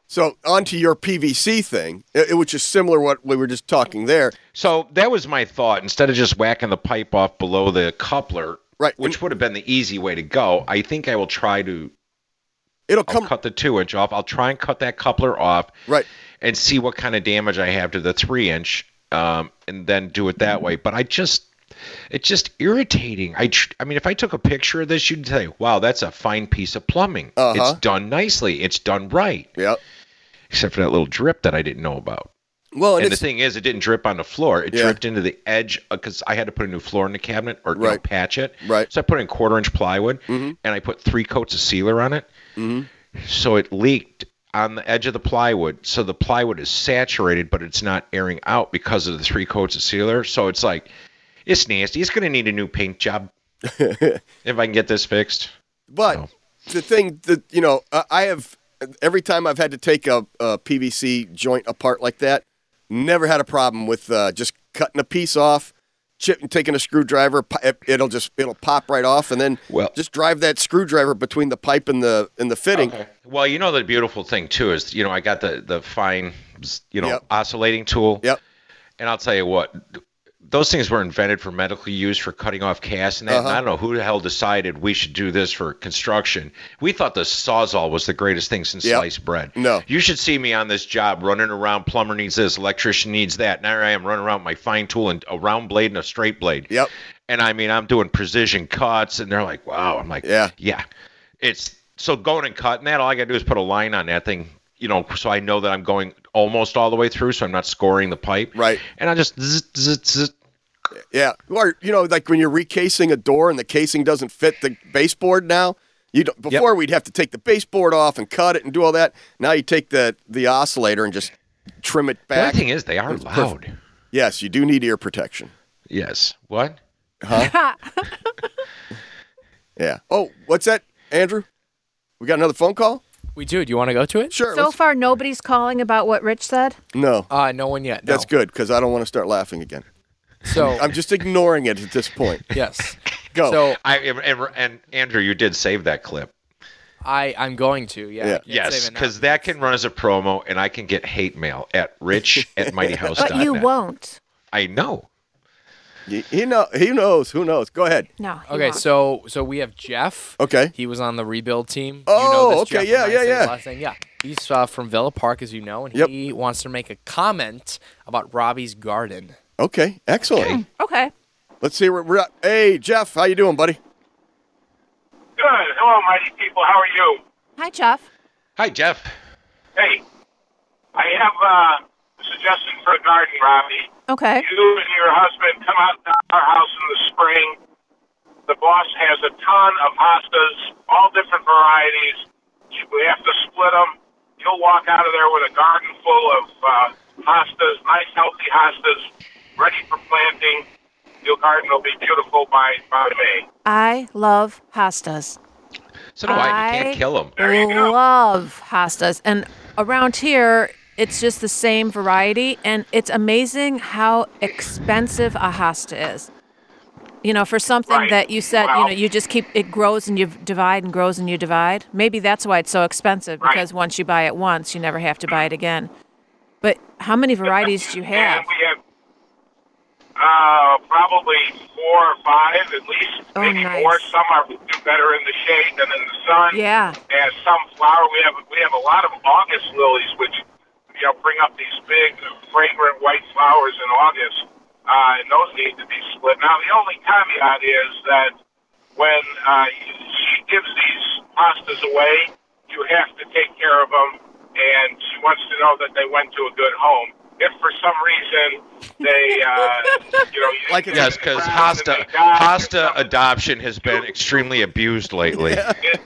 Speaker 1: So onto your PVC thing, it, it- which is similar what we were just talking there.
Speaker 2: So that was my thought. Instead of just whacking the pipe off below the coupler,
Speaker 1: right,
Speaker 2: which would have been the easy way to go, I think I will try to.
Speaker 1: It'll
Speaker 2: come. cut the two inch off. I'll try and cut that coupler off.
Speaker 1: Right.
Speaker 2: And see what kind of damage I have to the three inch, um, and then do it that way. But I just it's just irritating. I, tr- I mean, if I took a picture of this, you'd say, "Wow, that's a fine piece of plumbing.
Speaker 1: Uh-huh.
Speaker 2: It's done nicely. It's done right."
Speaker 1: Yep.
Speaker 2: Except for that little drip that I didn't know about.
Speaker 1: Well, and
Speaker 2: and the
Speaker 1: it's-
Speaker 2: thing is, it didn't drip on the floor. It
Speaker 1: Yeah.
Speaker 2: dripped into the edge because I had to put a new floor in the cabinet or you know,
Speaker 1: Right.
Speaker 2: patch it.
Speaker 1: Right. Mm-hmm.
Speaker 2: So I put in quarter inch plywood and I put three coats of sealer on it. So it leaked on the edge of the plywood. So the plywood is saturated, but it's not airing out because of the three coats of sealer. So it's like, it's nasty. It's going to need a new paint job if I can get this fixed.
Speaker 1: But
Speaker 2: Oh.
Speaker 1: the thing that you know, I- I have every time I've had to take a, a PVC joint apart like that, never had a problem with uh, just cutting a piece off, chip, taking a screwdriver. pi- it- It'll just it'll pop right off, and then
Speaker 2: Well-
Speaker 1: just drive that screwdriver between the pipe and the and the fitting.
Speaker 2: Well, you know the beautiful thing too is you know I got the the fine you know
Speaker 1: Yep.
Speaker 2: oscillating tool.
Speaker 1: Yep.
Speaker 2: And I'll tell you what, those things were invented for medical use for cutting off casts and that. And I
Speaker 1: Uh-huh.
Speaker 2: don't know who the hell decided we should do this for construction. We thought the sawzall was the greatest thing since
Speaker 1: Yep.
Speaker 2: sliced bread.
Speaker 1: No.
Speaker 2: You should see me on this job running around. Plumber needs this, electrician needs that. Now I am running around with my fine tool and a round blade and a straight blade.
Speaker 1: Yep.
Speaker 2: And I mean, I'm doing precision cuts, and they're like, "Wow!" I'm like,
Speaker 1: Yeah.
Speaker 2: yeah." It's so going and cutting that. All I got to do is put a line on that thing, you know, so I know that I'm going almost all the way through, so I'm not scoring the pipe.
Speaker 1: Right.
Speaker 2: And I just zzz, zzz, zzz.
Speaker 1: Yeah, or you know, like when you're recasing a door and the casing doesn't fit the baseboard now. You don't, before we'd have to take the baseboard off and cut it and do all that. Now you take the the oscillator and just trim it
Speaker 2: The
Speaker 1: back.
Speaker 2: only thing is, they are loud.
Speaker 1: Yes, you do need ear protection.
Speaker 2: Yes. What?
Speaker 1: Yeah. Oh, what's that, Andrew? We got another phone call.
Speaker 6: We do. Do you want to go to it?
Speaker 1: Sure.
Speaker 3: So
Speaker 1: let's-
Speaker 3: far, nobody's calling about what Rich said.
Speaker 1: no,
Speaker 6: Uh, no one yet. No.
Speaker 1: that's good because I don't want to start laughing again.
Speaker 6: So
Speaker 1: I'm just ignoring it at this point.
Speaker 6: yes.
Speaker 1: Go.
Speaker 6: So
Speaker 2: I and, and Andrew, you did save that clip.
Speaker 6: I I'm going to. Yeah.
Speaker 1: Yeah.
Speaker 6: I can't
Speaker 2: Yes,
Speaker 6: save it now.
Speaker 2: because that can run as a promo, and I can get hate mail at rich at mightyhouse.net.
Speaker 3: But you won't.
Speaker 2: I know.
Speaker 1: Y- he know. He knows. Who knows? Go ahead.
Speaker 3: No. he
Speaker 6: Okay,
Speaker 3: won't.
Speaker 6: so so we have Jeff.
Speaker 1: Okay.
Speaker 6: He was on the rebuild team.
Speaker 1: Oh,
Speaker 6: you know this
Speaker 1: okay,
Speaker 6: Jeff
Speaker 1: yeah,
Speaker 6: when I
Speaker 1: yeah,
Speaker 6: say his
Speaker 1: yeah.
Speaker 6: Last name. Yeah, he's uh, from Villa Park, as you know, and
Speaker 1: Yep.
Speaker 6: he wants to make a comment about Robbie's garden.
Speaker 1: Okay. Excellent.
Speaker 3: okay.
Speaker 1: Let's see where we're at. Hey, Jeff, how you doing, buddy?
Speaker 12: Good. Hello, mighty people. How are you?
Speaker 3: Hi, Jeff.
Speaker 2: Hi, Jeff.
Speaker 12: Hey, I have uh, a suggestion for a garden, Robbie.
Speaker 3: Okay.
Speaker 12: You and your husband come out to our house in the spring. The boss has a ton of hostas, all different varieties. We have to split them. You'll walk out of there with a garden full of uh, hostas, nice, healthy hostas, ready for planting. Your garden will be beautiful by, by May.
Speaker 3: I love pastas.
Speaker 2: So do I. You can't
Speaker 3: I-
Speaker 2: kill them.
Speaker 3: love pastas. And around here, it's just the same variety. And it's amazing how expensive a hasta is. You know, for something
Speaker 12: Right.
Speaker 3: that you said,
Speaker 12: Wow.
Speaker 3: you know, you just keep, it grows and you divide and grows and you divide. Maybe that's why it's so expensive
Speaker 12: Right.
Speaker 3: because once you buy it once, you never have to buy it again. But how many varieties do you have?
Speaker 12: And we have uh, probably four or five at least,
Speaker 3: Oh,
Speaker 12: maybe
Speaker 3: nice.
Speaker 12: more. Some are better in the shade than in the sun.
Speaker 3: Yeah.
Speaker 12: And some flower. We have we have a lot of August lilies, which you know bring up these big, uh, fragrant white flowers in August, uh, and those need to be split. Now the only caveat is that when uh, she gives these pastas away, you have to take care of them, and she wants to know that they went to a good home. If for some reason they, uh, you know,
Speaker 1: Like it's-
Speaker 2: Yes, because
Speaker 12: Browns and
Speaker 2: Hasta
Speaker 12: they died or
Speaker 2: Hasta
Speaker 12: something.
Speaker 2: adoption has been extremely abused lately.
Speaker 12: It,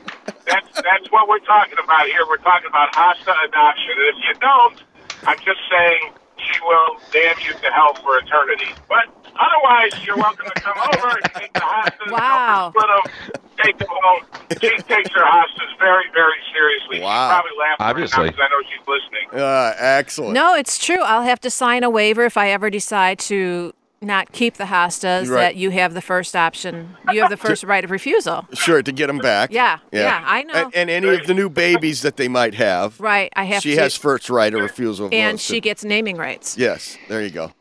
Speaker 12: that's that's what we're talking about here. We're talking about hostile adoption. And if you don't, I'm just saying she will damn you to hell for eternity. But otherwise, you're welcome to come over and take the hostas.
Speaker 3: Wow.
Speaker 12: Split them. Take them home. She takes her hostas very, very seriously.
Speaker 1: Wow.
Speaker 12: She's probably laughing
Speaker 2: Obviously.
Speaker 12: right now 'cause I know she's listening.
Speaker 1: Uh, excellent.
Speaker 3: No, it's true. I'll have to sign a waiver if I ever decide to not keep the hostas
Speaker 1: Right.
Speaker 3: that you have the first option. You have the first right of refusal.
Speaker 1: Sure, to get them back.
Speaker 3: Yeah, yeah, I know.
Speaker 1: And, and any of the new babies that they might have.
Speaker 3: Right. I have
Speaker 1: she
Speaker 3: to
Speaker 1: has first right of refusal. of
Speaker 3: and
Speaker 1: those,
Speaker 3: she
Speaker 1: too.
Speaker 3: gets naming rights.
Speaker 1: Yes, there you go.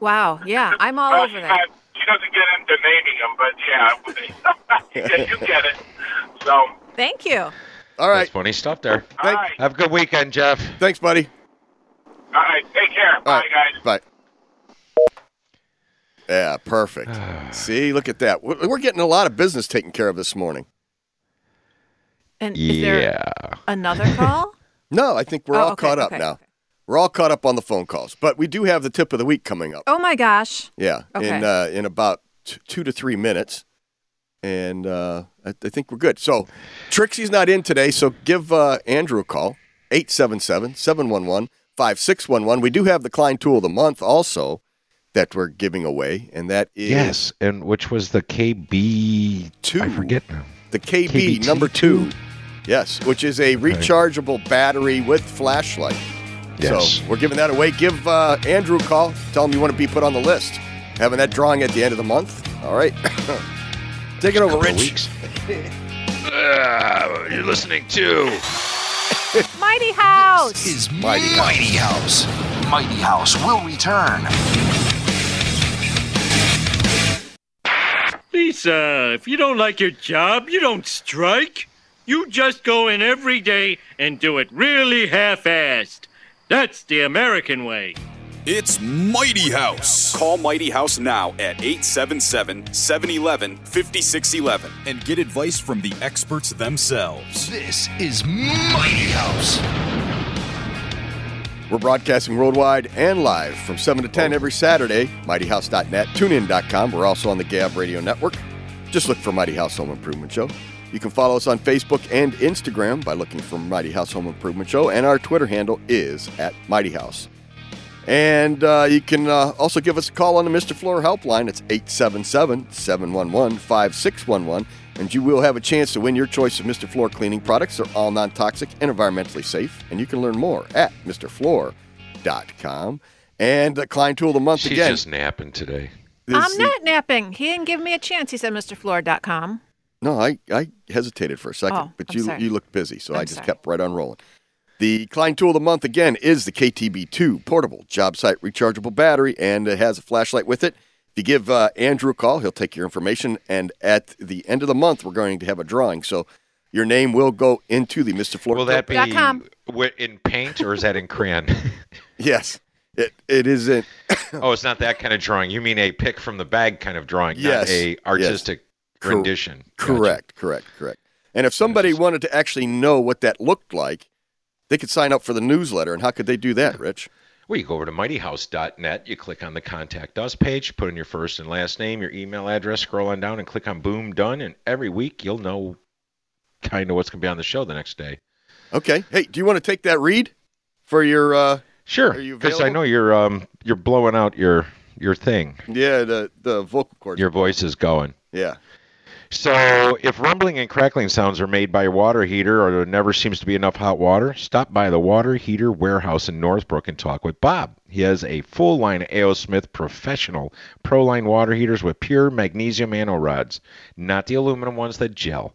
Speaker 3: Wow. Yeah, I'm all
Speaker 7: Oh,
Speaker 12: Well,
Speaker 3: over
Speaker 12: she
Speaker 3: that.
Speaker 12: got- She doesn't get into naming them, but yeah, yeah, you get it. So, all
Speaker 3: Thank you.
Speaker 1: All right.
Speaker 2: That's funny stuff there.
Speaker 1: Thank-
Speaker 12: right, all
Speaker 2: Have a good weekend, Jeff.
Speaker 1: Thanks, buddy.
Speaker 12: right, take care.
Speaker 1: All
Speaker 12: Bye,
Speaker 1: right,
Speaker 12: guys.
Speaker 1: Bye. Yeah, perfect. See, look at that. We're, we're getting a lot of business taken care of this morning.
Speaker 3: And is there another call?
Speaker 1: No, I think we're
Speaker 3: Oh,
Speaker 1: all
Speaker 3: okay,
Speaker 1: caught up
Speaker 3: okay,
Speaker 1: now. We're all caught up on the phone calls, but we do have the tip of the week coming up.
Speaker 3: Oh my gosh.
Speaker 1: Yeah, in
Speaker 3: Okay.
Speaker 1: uh, in about t- two to three minutes, and uh, I, I think we're good. So Trixie's not in today, so give uh, Andrew a call 877-711-5611. We do have the Klein Tool of the Month also that we're giving away, and that is
Speaker 2: Yes, and which was the KB
Speaker 1: two?
Speaker 2: I forget now.
Speaker 1: the KB number two. Yes, which is a rechargeable battery with flashlight.
Speaker 2: Yes.
Speaker 1: So we're giving that away. Give uh, Andrew a call. Tell him you want to be put on the list. Having that drawing at the end of the month. All right. Take it over,
Speaker 2: Couple
Speaker 1: Rich.
Speaker 2: weeks. Ah, you're listening to.
Speaker 3: Mighty House.
Speaker 4: Is Mighty, House. Mighty House will return.
Speaker 13: Lisa, if you don't like your job, you don't strike. You just go in every day and do it really half assed. That's the American way.
Speaker 10: It's Mighty House. Call Mighty House now at 877 711 5611 and get advice from the experts themselves.
Speaker 4: This is Mighty House.
Speaker 1: We're broadcasting worldwide and live from 7 to
Speaker 2: Oh.
Speaker 1: 10 every Saturday. MightyHouse.net, tunein.com. We're also on the Gab Radio Network. Just look for Mighty House Home Improvement Show. You can follow us on Facebook and Instagram by looking for Mighty House Home Improvement Show, and our Twitter handle is at Mighty House. And uh, you can uh, also give us a call on the Mr. Floor helpline. It's 877 711 5611. And you will have a chance to win your choice of Mr. Floor cleaning products. They're all non toxic and environmentally safe. And you can learn more at MrFloor.com. And the Klein Tool of the Month
Speaker 2: She's
Speaker 1: again.
Speaker 2: just napping today.
Speaker 1: is
Speaker 3: I'm
Speaker 1: the-
Speaker 3: not napping. He didn't give me a chance. He said MrFloor.com.
Speaker 1: No, I, I hesitated for a second,
Speaker 3: Oh,
Speaker 1: but
Speaker 3: I'm
Speaker 1: you
Speaker 3: sorry.
Speaker 1: you looked busy, so i
Speaker 3: I'm
Speaker 1: just
Speaker 3: sorry.
Speaker 1: kept right on rolling. The Klein tool of the month again is the KTB2 portable job site rechargeable battery, and it has a flashlight with it. If you give uh, Andrew a call, he'll take your information, and at the end of the month, we're going to have a drawing. So your name will go into the Mr. Floor.
Speaker 2: Will that be
Speaker 3: Dot com.
Speaker 2: wi- in paint or is that in crayon?
Speaker 1: Yes, it it is in
Speaker 2: oh, it's not that kind of drawing. You mean a pick from the bag kind of drawing,
Speaker 1: Yes,
Speaker 2: not a
Speaker 1: yes.
Speaker 2: artistic
Speaker 1: Cor-
Speaker 2: rendition.
Speaker 1: Correct, correct, correct. And if somebody wanted to actually know what that looked like, they could sign up for the newsletter. And how could they do that, Rich?
Speaker 2: Well, you go over to mightyhouse.net, you click on the contact us page, put in your first and last name, your email address, scroll on down and click on boom done and every week you'll know kind of what's going to be on the show the next day.
Speaker 1: Okay. Hey, do you want to take that read for your? Uh,
Speaker 2: Sure.
Speaker 1: Are you
Speaker 2: Cuz I
Speaker 1: available?
Speaker 2: know you're um you're blowing out your your thing.
Speaker 1: Yeah, the the vocal cords.
Speaker 2: Your voice is going.
Speaker 1: Yeah.
Speaker 2: So, if rumbling and crackling sounds are made by a water heater or there never seems to be enough hot water, stop by the Water Heater Warehouse in Northbrook and talk with Bob. He has a full line of A.O. Smith professional Proline water heaters with pure magnesium anodes, not the aluminum ones that gel.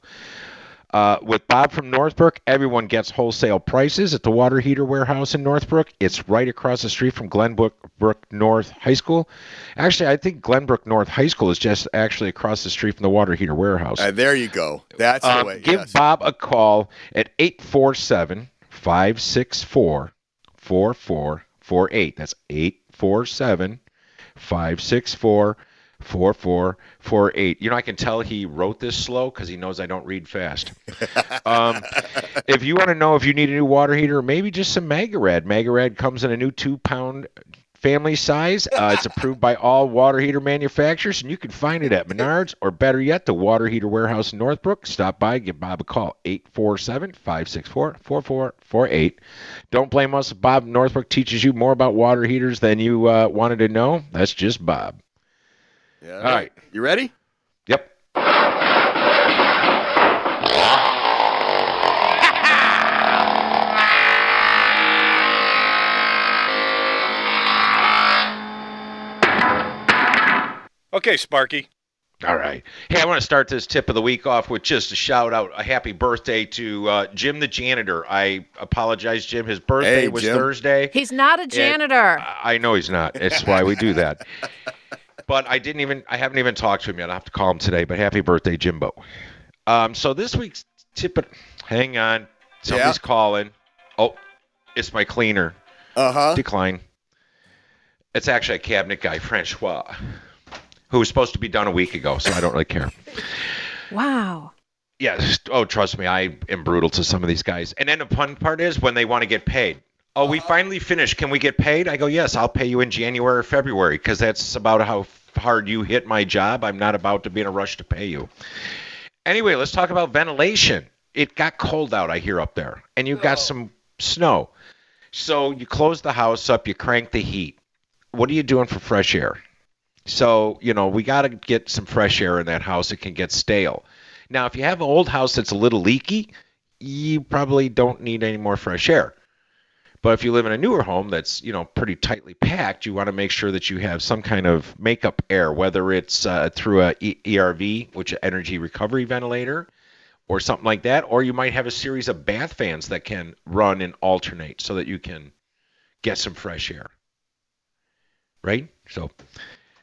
Speaker 2: Uh, with Bob from Northbrook, everyone gets wholesale prices at the Water Heater Warehouse in Northbrook. It's right across the street from Glenbrook Brook North High School. Actually, I think Glenbrook North High School is just actually across the street from the Water Heater Warehouse.
Speaker 1: Uh, there you go. That's
Speaker 2: Um,
Speaker 1: the way.
Speaker 2: give
Speaker 1: yes.
Speaker 2: Bob a call at 847 564 4448. That's 847 564 4448. You know, I can tell he wrote this slow because he knows I don't read fast. um, if you want to know if you need a new water heater, or maybe just some Magarad. Magarad comes in a new two pound family size. Uh, it's approved by all water heater manufacturers, and you can find it at Menards or better yet, the Water Heater Warehouse in Northbrook. Stop by, give Bob a call, 847 564 4448. Don't blame us if Bob Northbrook teaches you more about water heaters than you uh, wanted to know. That's just Bob.
Speaker 1: Yeah.
Speaker 2: All right.
Speaker 1: You ready?
Speaker 2: Yep.
Speaker 14: Okay, Sparky.
Speaker 2: All right. Hey, I want to start this tip of the week off with just a shout out, a happy birthday to uh, Jim the janitor. I apologize, Jim. His birthday
Speaker 3: Hey,
Speaker 2: was
Speaker 3: Jim.
Speaker 2: Thursday.
Speaker 3: He's not a janitor.
Speaker 2: I know he's not. It's why we do that. But I didn't even. I haven't even talked to him yet. I have to call him today. But happy birthday, Jimbo. Um, so this week's tip. Of, hang on. Somebody's calling. Oh, it's my cleaner.
Speaker 1: Uh huh.
Speaker 2: Decline. It's actually a cabinet guy, Francois. who was supposed to be done a week ago, so I don't really care.
Speaker 3: Wow.
Speaker 2: Yes. Oh, trust me, I am brutal to some of these guys. And then the fun part is when they want to get paid. Oh, we finally finished. Can we get paid? I go, yes, I'll pay you in January or February because that's about how f- hard you hit my job. I'm not about to be in a rush to pay you. Anyway, let's talk about ventilation. It got cold out, I hear up there, and you got some snow. So you close the house up, you crank the heat. What are you doing for fresh air? So, you know, we got to get some fresh air in that house. It can get stale. Now, if you have an old house that's a little leaky, you probably don't need any more fresh air. But if you live in a newer home that's, you know, pretty tightly packed, you want to make sure that you have some kind of makeup air, whether it's uh, through a E- ERV, which is energy recovery ventilator, or something like that, or you might have a series of bath fans that can run and alternate so that you can get some fresh air. Right? So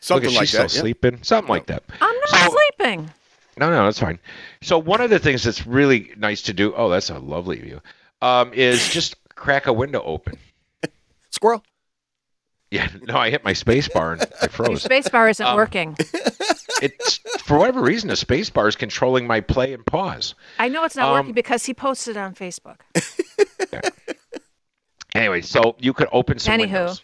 Speaker 1: Something
Speaker 2: look at-
Speaker 1: like
Speaker 2: she's
Speaker 1: that,
Speaker 2: Still
Speaker 1: yeah.
Speaker 2: sleeping. Something like that.
Speaker 3: I'm not sleeping.
Speaker 2: No, no, that's fine. So one of the things that's really nice to do. Oh, that's a lovely view. Um, is just crack a window open.
Speaker 1: Squirrel.
Speaker 2: Yeah. No, I hit my space bar and I froze.
Speaker 3: Spacebar isn't working.
Speaker 2: It's for whatever reason the space bar is controlling my play and pause.
Speaker 3: I know it's not
Speaker 2: um,
Speaker 3: working because he posted on Facebook.
Speaker 2: Anyway, so you could open some
Speaker 3: Anywho.
Speaker 2: windows.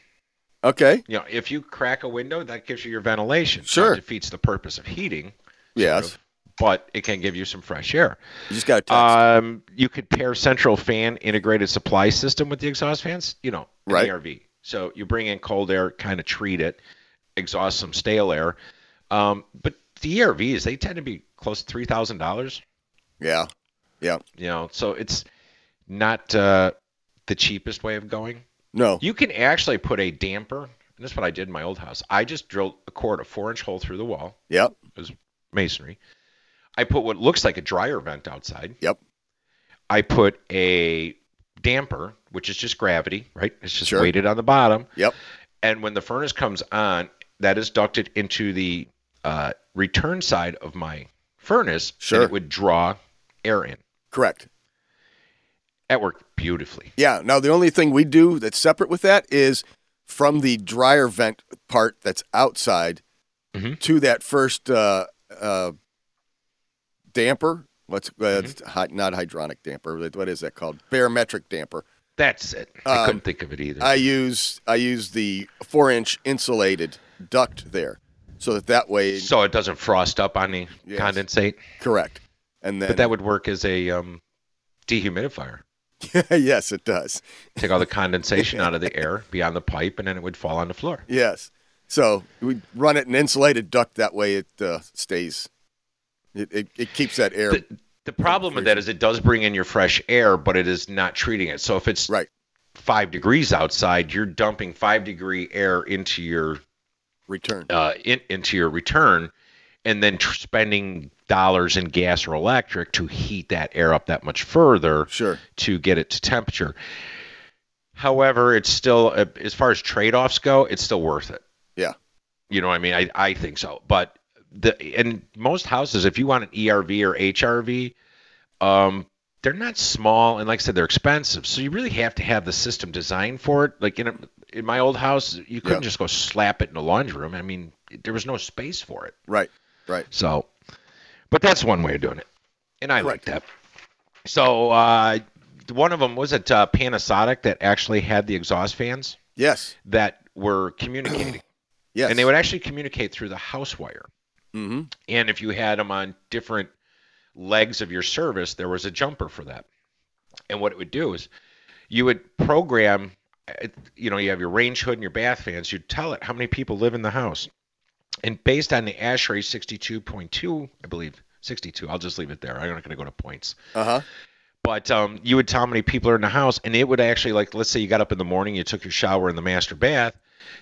Speaker 1: Okay.
Speaker 2: You know, if you crack a window, that gives you your ventilation.
Speaker 1: Sure.
Speaker 2: That defeats the purpose of heating.
Speaker 1: Yes.
Speaker 2: but it can give you some fresh air.
Speaker 1: You just got to
Speaker 2: um, You could pair central fan integrated supply system with the exhaust fans, you know, an
Speaker 1: Right.
Speaker 2: ARV. So you bring in cold air, kind of treat it, exhaust some stale air. Um, but the ERVs, they tend to be close to $3,000,
Speaker 1: Yeah. Yeah.
Speaker 2: you know, so it's not uh, the cheapest way of going.
Speaker 1: No.
Speaker 2: You can actually put a damper, and that's what I did in my old house. I just drilled a cord, a four inch hole through the wall
Speaker 1: Yep.
Speaker 2: masonry. I put what looks like a dryer vent outside.
Speaker 1: Yep.
Speaker 2: I put a damper, which is just gravity, right? It's just
Speaker 1: Sure.
Speaker 2: weighted on the bottom.
Speaker 1: Yep.
Speaker 2: And when the furnace comes on, that is ducted into the uh, return side of my furnace,
Speaker 1: Sure.
Speaker 2: and it would draw air in.
Speaker 1: Correct.
Speaker 2: That worked beautifully.
Speaker 1: Yeah. Now the only thing we do that's separate with that is from the dryer vent part that's outside
Speaker 2: Mm-hmm.
Speaker 1: to that first uh, uh, damper. What's uh,
Speaker 2: Mm-hmm.
Speaker 1: it's hy- not hydronic damper? What what is that called? Barometric damper.
Speaker 2: That's it. I
Speaker 1: Um,
Speaker 2: couldn't think of it either.
Speaker 1: I use I use the four inch insulated duct there, so that that way
Speaker 2: so it doesn't frost up on the
Speaker 1: Yes.
Speaker 2: condensate.
Speaker 1: correct. And then
Speaker 2: But that would work as a um, dehumidifier.
Speaker 1: yes, it does.
Speaker 2: take all the condensation out of the air beyond the pipe, and then it would fall on the floor.
Speaker 1: Yes. So we run it in insulated duct. That way it uh, stays. It, it, it keeps that air.
Speaker 2: The, the problem with that is it does bring in your fresh air, but it is not treating it. So if it's
Speaker 1: Right.
Speaker 2: five degrees outside, you're dumping five degree air into your
Speaker 1: return.
Speaker 2: uh, in, into your return, and then tr- spending dollars in gas or electric to heat that air up that much further
Speaker 1: Sure.
Speaker 2: to get it to temperature. However, it's still uh, as far as trade offs go, it's still worth it.
Speaker 1: Yeah.
Speaker 2: You know what I mean? I, I think so. But the and most houses, if you want an ERV or HRV, um, they're not small, and like I said, they're expensive. So you really have to have the system designed for it. Like in a, in my old house, you couldn't
Speaker 1: Yeah.
Speaker 2: just go slap it in the laundry room. I mean, there was no space for it.
Speaker 1: Right. Right.
Speaker 2: So, but that's one way of doing it, and I
Speaker 1: Correct.
Speaker 2: like that. So uh, one of them was it uh, Panasonic that actually had the exhaust fans
Speaker 1: Yes.
Speaker 2: that were communicating.
Speaker 1: Yes.
Speaker 2: And they would actually communicate through the house wire.
Speaker 1: hmm
Speaker 2: And if you had them on different legs of your service, there was a jumper for that. And what it would do is you would program, uh, you know, you have your range hood and your bath fans, you'd tell it how many people live in the house. And based on the ASHRAE 62.2, I believe, 62, I'll just leave it there. I'm not going to go to points
Speaker 1: Uh huh.
Speaker 2: but um, you would tell how many people are in the house, and it would actually like let's say you got up in the morning, you took your shower in the master bath,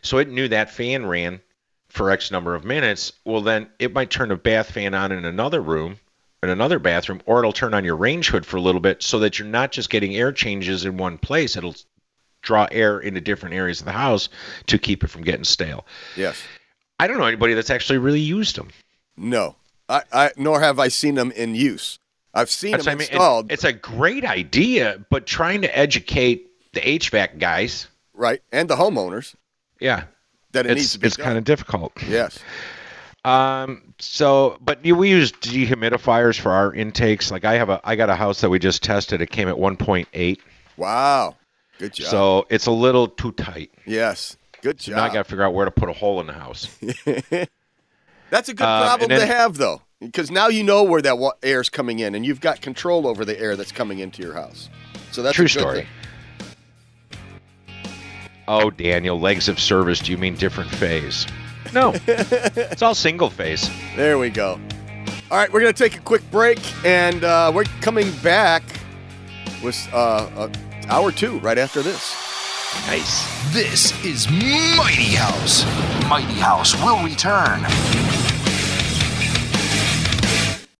Speaker 2: so it knew that fan ran for X number of minutes. Well, then it might turn a bath fan on in another room, in another bathroom, or it'll turn on your range hood for a little bit, so that you're not just getting air changes in one place. It'll draw air into different areas of the house to keep it from getting stale.
Speaker 1: Yes.
Speaker 2: I don't know anybody that's actually really used them.
Speaker 1: No. I, I nor have I seen them in use. I've seen
Speaker 2: That's what I
Speaker 1: them
Speaker 2: mean. It-
Speaker 1: installed.
Speaker 2: it's a great idea, but trying to educate the HVAC guys.
Speaker 1: right. And the homeowners
Speaker 2: Yeah.
Speaker 1: that it
Speaker 2: it's,
Speaker 1: needs to be
Speaker 2: it's
Speaker 1: done.
Speaker 2: kind of difficult.
Speaker 1: Yes.
Speaker 2: Um, so, but you- we use dehumidifiers for our intakes. Like I have a, I got a house that we just tested. It came at 1.8.
Speaker 1: Wow. Good job.
Speaker 2: So it's a little too tight.
Speaker 1: Yes. Good job.
Speaker 2: So now I got to figure out where to put a hole in the house.
Speaker 1: That's a good
Speaker 2: Um,
Speaker 1: problem
Speaker 2: and then-
Speaker 1: to have, though, because now you know where that wa- air's coming in, and you've got control over the air that's coming into your house. So that's
Speaker 2: True
Speaker 1: a good
Speaker 2: story.
Speaker 1: thing.
Speaker 2: Oh, Daniel, legs of service. Do you mean different phase? No, it's all single phase.
Speaker 1: There we go. All right, we're going to take a quick break, and uh, we're coming back with uh, uh, hour two right after this.
Speaker 2: Nice.
Speaker 4: This is Mighty House. Mighty House will return.